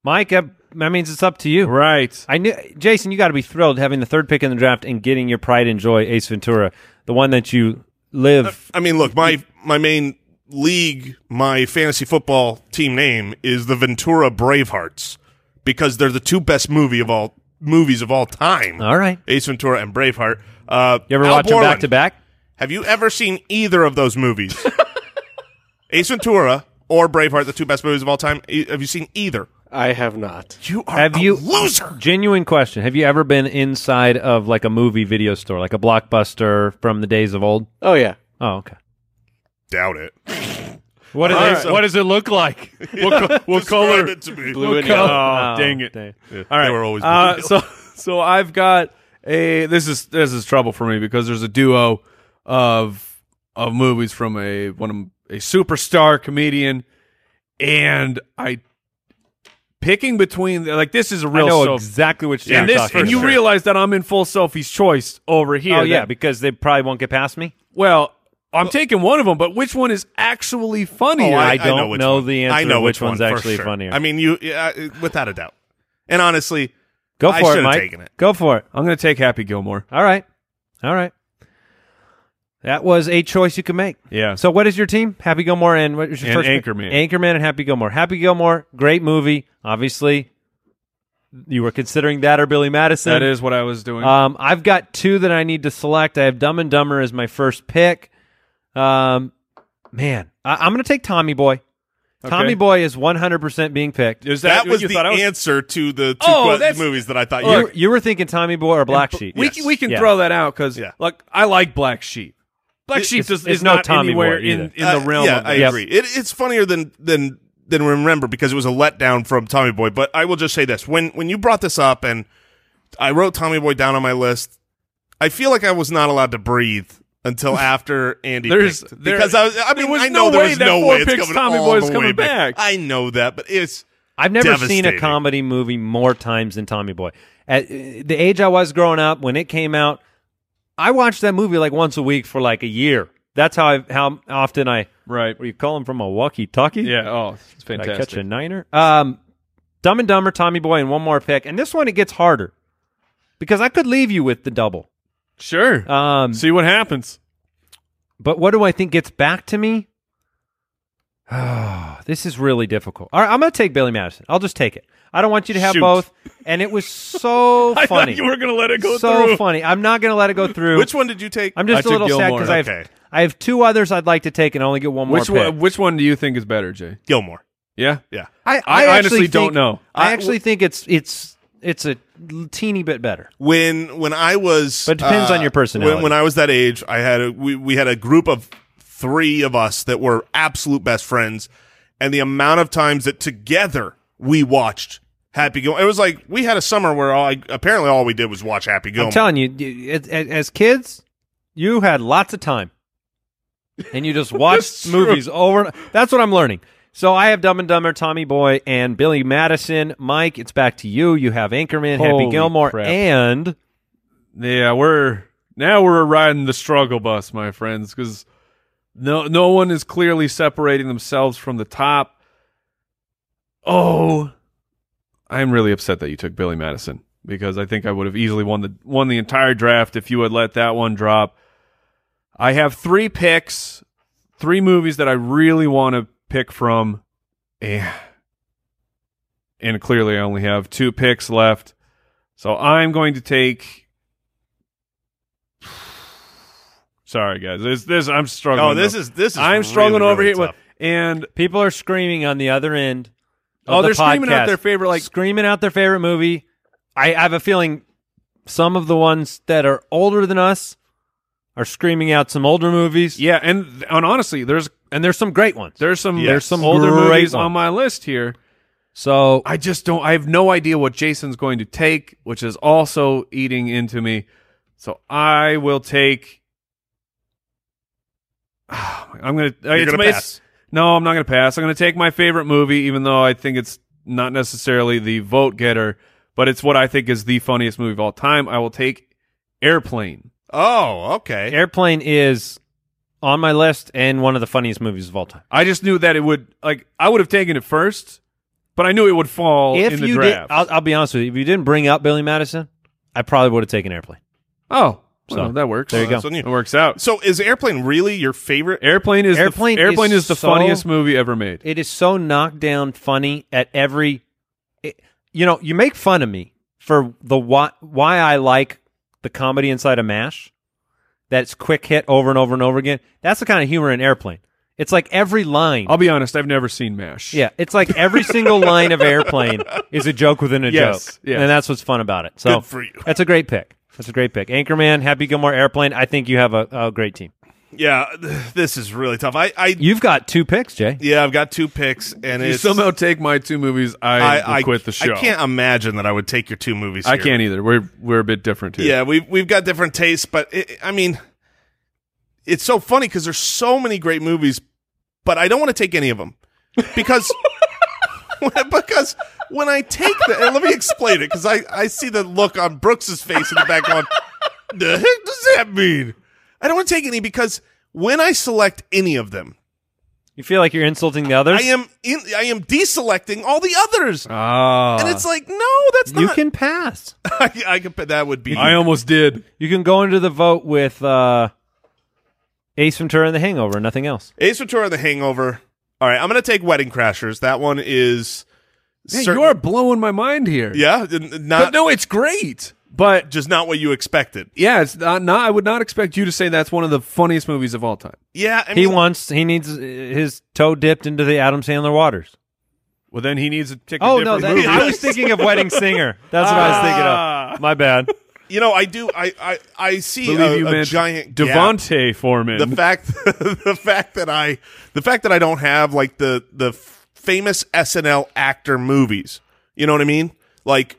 Mike, that, that means it's up to you. Right. I knew, Jason, you got to be thrilled having the third pick in the draft and getting your pride and joy, Ace Ventura, the one that you live. I mean, look, my my main league, my fantasy football team name is the Ventura Bravehearts because they're the two best movie of all movies of all time. All right. Ace Ventura and Braveheart. Uh, You ever Al watch them Borland, back to back? Have you ever seen either of those movies? Ace Ventura or Braveheart, the two best movies of all time. E- Have you seen either? I have not. You are Have a you loser. Genuine question: Have you ever been inside of like a movie video store, like a blockbuster from the days of old? Oh yeah. Oh, okay. Doubt it. What is All right. does it look like? What, color? It to me. Blue and Oh, yellow. dang it. All right. They were always Uh, blue. so so I've got a this is this is trouble for me because there's a duo of of movies from a one of a superstar comedian and I picking between like this is a I real know self- exactly which. you're and this talking and you about. realize that I'm in full selfie's choice over here. Oh yeah, That- because they probably won't get past me. well, I'm taking one of them, but which one is actually funny? Oh, I don't which know one. the answer I know to which one's one for actually sure. funnier. I mean, you yeah, uh, without a doubt. And honestly, Go I for it, should've Mike. taken it. Go for it. I'm going to take Happy Gilmore. All right, all right. That was a choice you could make. Yeah. So what is your team? Happy Gilmore and what was your And first pick? Anchorman. Anchorman and Happy Gilmore. Happy Gilmore, great movie. Obviously, you were considering that or Billy Madison. that is what I was doing. Um, I've got two that I need to select. I have Dumb and Dumber as my first pick. Um, man, I- I'm going to take Tommy Boy. Tommy Boy is 100% being picked. is that, what was you the thought I was- answer to the two Oh, que- that's- movies that I thought you You, were. you were thinking Tommy Boy or Black Sheep. We, Yes. c- we can Yeah. throw that out because, Yeah. look, I like Black Sheep. Black Sheep it's- is, it's is no not Tommy anywhere Boy in, either. in the Uh, realm yeah, of I that. agree. It, it's funnier than than than remember because it was a letdown from Tommy Boy. But I will just say this: when when you brought this up and I wrote Tommy Boy down on my list, I feel like I was not allowed to breathe until after Andy There's- picked. there- because I was. I there mean, was I no know there way was that no four way it's picks coming Tommy all Boy's the coming way back. I know that, but it's I've never seen a Devastating. comedy movie more times than Tommy Boy. At uh, the age I was growing up, when it came out, I watched that movie like once a week for like a year. That's how I, how often I. Right. Were you calling from a walkie-talkie? Yeah. Oh, it's Did I fantastic. catch a niner? Um, Dumb and Dumber, Tommy Boy, and one more pick. And this one it gets harder because I could leave you with the double. Sure. Um, See what happens. but what do I think gets back to me? this is really difficult. All right, I'm going to take Billy Madison. I'll just take it. I don't want you to have Shoot. both. And it was so I funny. thought you were going to let it go so through. funny. I'm not going to let it go through. Which one did you take? I'm just I a little took sad Gilmore. because I have Okay. I have two others I'd like to take and only get one more. Which pick. one, which one do you think is better, Jay? Gilmore. Yeah? Yeah. I I, actually honestly think- don't know. I I- actually think it's it's it's a teeny bit better. When when I was uh, But it depends on your personality. When, when I was that age, I had a, we we had a group of 3 of us that were absolute best friends and the amount of times that together we watched Happy Gilmore. It was like we had a summer where all I, apparently all we did was watch Happy Oh Gilmore. I'm telling you, you- it- it- as kids, you had lots of time, and you just watched movies over. and- That's what I'm learning. So I have Dumb and Dumber, Tommy Boy, and Billy Madison. Mike, it's back to you. You have Anchorman, Happy Holy Gilmore, crap. and Yeah, we're now we're riding the struggle bus, my friends, because no no one is clearly separating themselves from the top. Oh, I'm really upset that you took Billy Madison because I think I would have easily won the won the entire draft if you had let that one drop. I have three picks, three movies that I really want to pick from, and, and clearly I only have two picks left. So I'm going to take. Sorry, guys. This this I'm struggling. Oh, this though. is this is I'm struggling really, over really here. with- tough. And people are screaming on the other end. of oh, the they're screaming podcast. out their favorite like screaming out their favorite movie. I, I have a feeling some of the ones that are older than us are screaming out some older movies, yeah. And and honestly, there's and there's some great ones. there's some Yes. there's some older Great movies one. on my list here. So I just don't. I have no idea what Jason's going to take, which is also eating into me. So I will take. I'm gonna. You're gonna pass. No, I'm not gonna pass. I'm gonna take my favorite movie, even though I think it's not necessarily the vote getter, but it's what I think is the funniest movie of all time. I will take Airplane. Oh, okay. Airplane is on my list and one of the funniest movies of all time. I just knew that it would like I would have taken it first, but I knew it would fall in if the you did, draft. I'll, I'll be honest with you. If you didn't bring up Billy Madison, I probably would have taken Airplane. oh, So, so that works. there you That's go. on It works out. So is Airplane really your favorite? Airplane is Airplane the, Airplane is is the so- funniest movie ever made. It is so knockdown funny at every. It, you know, you make fun of me for the why, why I like the comedy inside of Mash. That's quick hit over and over and over again. That's the kind of humor in Airplane. It's like every line. I'll be honest, I've never seen Mash. yeah, it's like every single line of Airplane is a joke within a Yes, joke, yes. and that's what's fun about it. So Good for you. that's a great pick. That's a great pick. Anchorman, Happy Gilmore, Airplane. I think you have a, a great team. Yeah, th- this is really tough. I, I You've got two picks, Jay. yeah, I've got two picks, and You it's somehow take my two movies, I, will quit the show. I can't imagine that I would take your two movies. I here. can't either. We're we're a bit different here. Yeah, we've we've got different tastes, but it, I mean, it's so funny because there's so many great movies, but I don't want to take any of them because because when I take the and let me explain it because I I see the look on Brooks's face in the back going, the heck does that mean? I don't want to take any because when I select any of them, You feel like you're insulting the others. I am in, I am deselecting all the others. Ah, and it's like, no, that's you not. can pass. I, I could. That would be. I almost did. You can go into the vote with uh, Ace Ventura and The Hangover, nothing else. Ace Ventura: The Hangover. All right, I'm gonna take Wedding Crashers. That one is. Man, certain- you are blowing my mind here. Yeah, n- n- But not no, it's great. But just not what you expected. yeah, it's not, not. I would not expect you to say that's one of the funniest movies of all time. Yeah, I He mean, wants he needs uh, his toe dipped into the Adam Sandler waters. Well, then he needs to pick Oh no, that, I was thinking of Wedding Singer. That's what I Ah, was thinking of. My bad. uh, you know, I do. I I, I see believe a, you a meant giant gap. Devonte Foreman. The fact, the fact that I, the fact that I don't have like the the f- famous SNL actor movies. You know what I mean? Like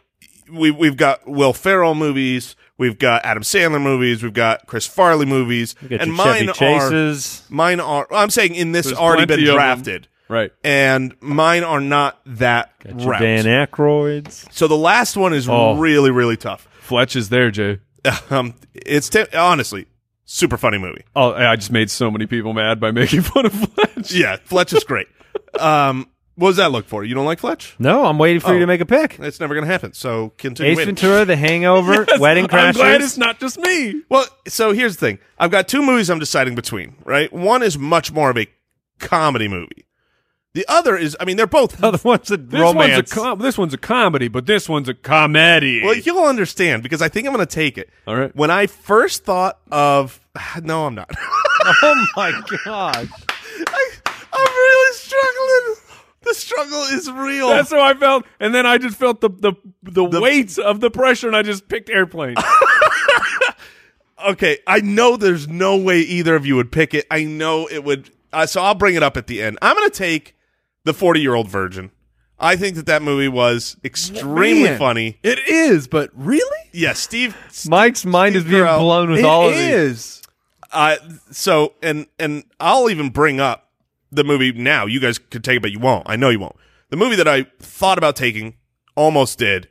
we we've got Will Ferrell movies, we've got Adam Sandler movies, we've got Chris Farley movies, Get and your mine Chevy are Chases. mine are. I'm saying in this There's already plenty been of 'em. drafted, right. and mine are not that Got your wrapped. Dan Aykroyds. So the last one is Oh. really really tough. Fletch is there, Jay. Um, it's t- honestly super funny movie. Oh, I just made so many people mad by making fun of Fletch. Yeah, Fletch is great. um, what does that look for? You don't like Fletch? No, I'm waiting Oh. for you to make a pick. It's never going to happen. So continue. Ace waiting. Ventura, The Hangover, Wedding I'm glad it's Crashers. not just me. Well, so here's the thing. I've got two movies I'm deciding between. Right, one is much more of a comedy movie, The other is, I mean, they're both. The other one's a This romance. one's a com- this one's a comedy, but this one's a comedy. Well, you'll understand because I think I'm going to take it. All right. When I first thought of, no, I'm not. oh my gosh! I, I'm really struggling. The struggle is real. That's how I felt, and then I just felt the the the, weights of the pressure, and I just picked airplane. okay, I know there's no way either of you would pick it. I know it would. Uh, so I'll bring it up at the end. I'm going to take the 40 year old virgin. I think that that movie was extremely Man, funny. It is, but really, Yeah, Steve. Mike's mind is being Carell. blown with it all of these. is. Uh, so and and I'll even bring up the movie now. You guys could take it, but you won't. I know you won't. The movie that I thought about taking, almost did,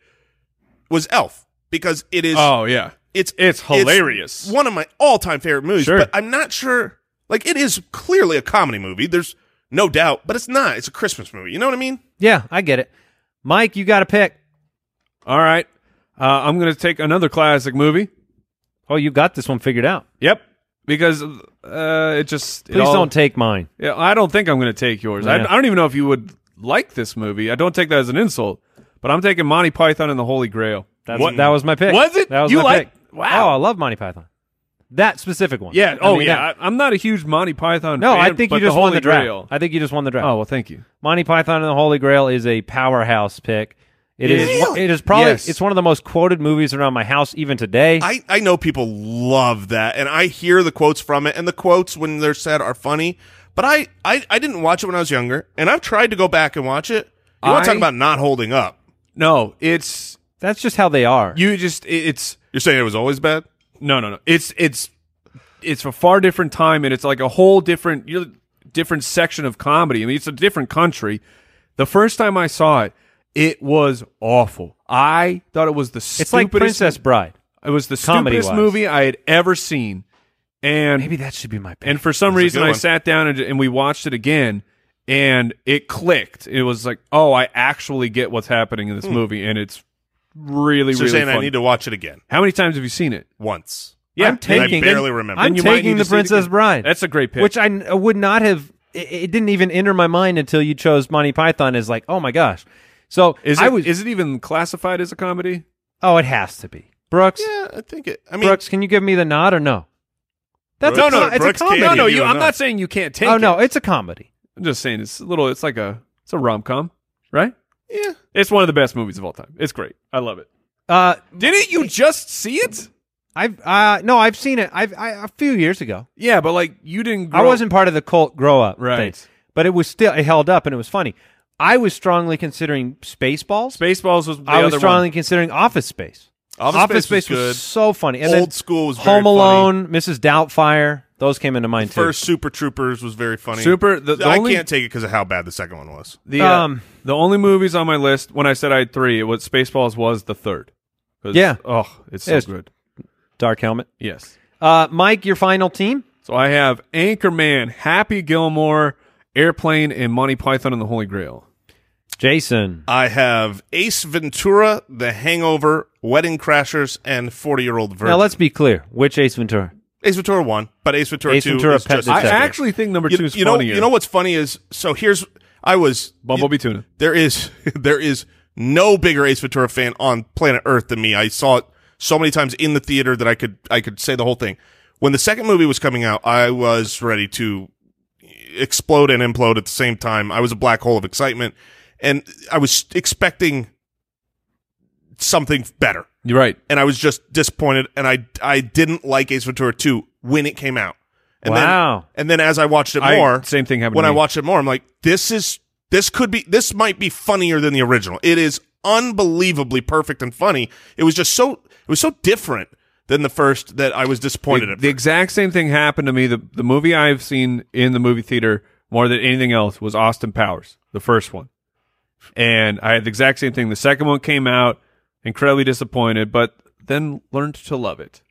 was Elf because it is Oh yeah, it's It's hilarious. one of my all-time favorite movies, Sure. but I'm not sure like it is clearly a comedy movie. There's no doubt, but it's not. It's a Christmas movie. You know what I mean? Yeah, I get it. Mike, you got to pick. All right, uh, I'm gonna take another classic movie. Oh, you got this one figured out. Yep, because uh, it just it Please all- don't take mine. Yeah, I don't think I'm going to take yours. Yeah. I, I don't even know if you would like this movie. I don't take that as an insult, but I'm taking Monty Python and the Holy Grail. That's that was my pick. Was it? That was You my like- pick. Wow. Oh, I love Monty Python. That specific one. Yeah. I oh, mean, yeah. that- I, I'm not a huge Monty Python. no, fan, I think but you just the won Holy the draft. Grail. I think you just won the draft. oh well, thank you. Monty Python and the Holy Grail is a powerhouse pick. It is. Really? It is probably. Yes. It's one of the most quoted movies around my house even today. I I know people love that, and I hear the quotes from it, and the quotes when they're said are funny. But I I, I didn't watch it when I was younger, and I've tried to go back and watch it. You want I- to talk about not holding up? No, it's That's just how they are. you just it, it's You're saying it was always bad? no no no. It's it's it's a far different time, and it's like a whole different you're different section of comedy. I mean, it's a different country. The first time I saw it, it was awful. I thought it was the it's like Princess Bride. It was the Comedy-wise. stupidest movie I had ever seen, and Maybe that should be my pick. and for some That's a reason good I one. sat down and, and we watched it again, and it clicked. It was like, oh, I actually get what's happening in this movie, and it's really Hmm. So really you're saying I funny. need to watch it again How many times have you seen it? once? I'm taking. I barely remember. I'm Then you might taking need the to see it Princess again. Bride. That's a great pick. which I n- would not have. It, it didn't even enter my mind until you chose Monty Python as like, oh my gosh. So is it, I was. is it even classified as a comedy? oh, it has to be Brooks. yeah, I think it. I mean, Brooks, can you give me the nod or no? That's Brooks- a, no, no, it's a Brooks can't comedy. give No, no, you you, a I'm no. not saying you can't take oh it. no, it's a comedy. I'm just saying it's a little. It's like a it's a rom com, right? yeah. It's one of the best movies of all time. It's great. I love it. Uh, Didn't you just see it? I've uh, no, I've seen it. I've I, a few years ago. Yeah, but like you didn't. Grow I wasn't part of the cult grow up Right. thing, but it was still it held up and it was funny. I was strongly considering Spaceballs. Spaceballs was the I was other strongly one. considering Office Space. Office Space was good. so funny. And then Old School was very Home Alone, Mrs. Doubtfire. Those came into mind too. First Super Troopers was very funny. Super- the- the I only- can't take it because of how bad the second one was. The uh, Um, the only movies on my list when I said I had three, it was Spaceballs was the third. 'Cause- Yeah. Oh, it's so Yes. good. Dark Helmet. Yes. Uh, Mike, your final team. So I have Anchorman, Happy Gilmore, Airplane, and Monty Python and the Holy Grail. Jason. I have Ace Ventura, The Hangover, Wedding Crashers, and Forty Year Old Virgin. Now let's be clear. Which Ace Ventura? Ace Ventura one, but Ace Ventura Ace two Ventura is Pet just I as Detective. good. actually think number you, two is you know funnier. you know what's funny is so here's I was Bumblebee Tuna. there is there is no bigger Ace Ventura fan on planet Earth than me. I saw it so many times in the theater that I could I could say the whole thing. When the second movie was coming out, I was ready to explode and implode at the same time. I was a black hole of excitement, and I was expecting something better, You're right. and I was just disappointed. And I I didn't like Ace Ventura two when it came out. And Wow. Then, and then as I watched it I- more, same thing happened when to I me. watched it more. I'm like, this is this could be this might be funnier than the original. It is unbelievably perfect and funny. It was just so it was so different than the first that I was disappointed The, at. the exact same thing happened to me. The the movie I've seen in the movie theater more than anything else was Austin Powers, the first one. And I had the exact same thing. The second one came out, incredibly disappointed, but then learned to love it.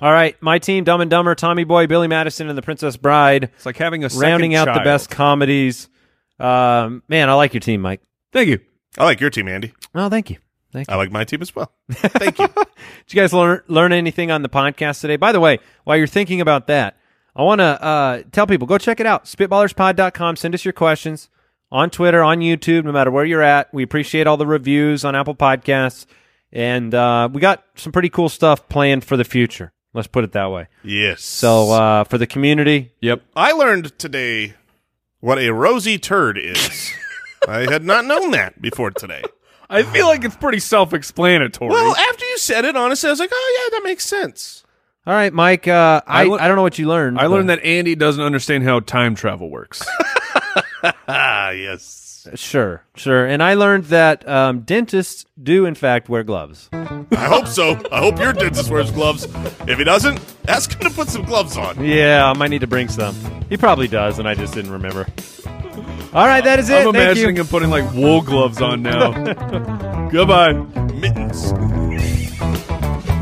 All right, my team: Dumb and Dumber, Tommy Boy, Billy Madison, and The Princess Bride. It's like having a second Rounding out the child. best comedies. Um, man, I like your team, Mike. Thank you. I like your team, Andy. Oh, thank you. Thank you. I like my team as well. Thank you. Did you guys learn learn anything on the podcast today? By the way, while you're thinking about that, I want to uh, tell people go check it out. Spitballerspod.com. Send us your questions. on Twitter, on YouTube, no matter where you're at. We appreciate all the reviews on Apple Podcasts. And uh, we got some pretty cool stuff planned for the future. Let's put it that way. Yes. So uh, for the community, Yep. I learned today what a rosy turd is. I had not known that before today. I feel like it's pretty self-explanatory. Well, after you said it, honestly, I was like, oh, yeah, that makes sense. all right, Mike. Uh, I, I I, lear- don't know what you learned. I learned that Andy doesn't understand how time travel works. Ah, yes. that. Sure, sure. And I learned that um, dentists do in fact wear gloves. I hope so. I hope your dentist wears gloves. If he doesn't, ask him to put some gloves on. Yeah, I might need to bring some. He probably does, and I just didn't remember. All right, that is it. I'm Thank imagining you. him putting like wool gloves on now. Goodbye. Mittens.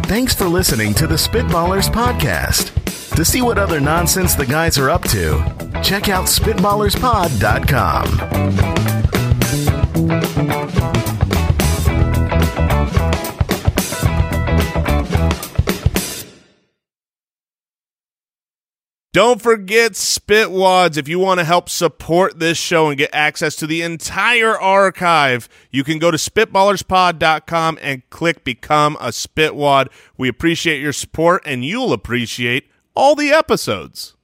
Thanks for listening to the Spitballers Podcast. To see what other nonsense the guys are up to, check out SpitballersPod.com. Don't forget Spitwads. If you want to help support this show and get access to the entire archive, you can go to spitballerspod.com and click Become a Spitwad. We appreciate your support, and you'll appreciate all the episodes.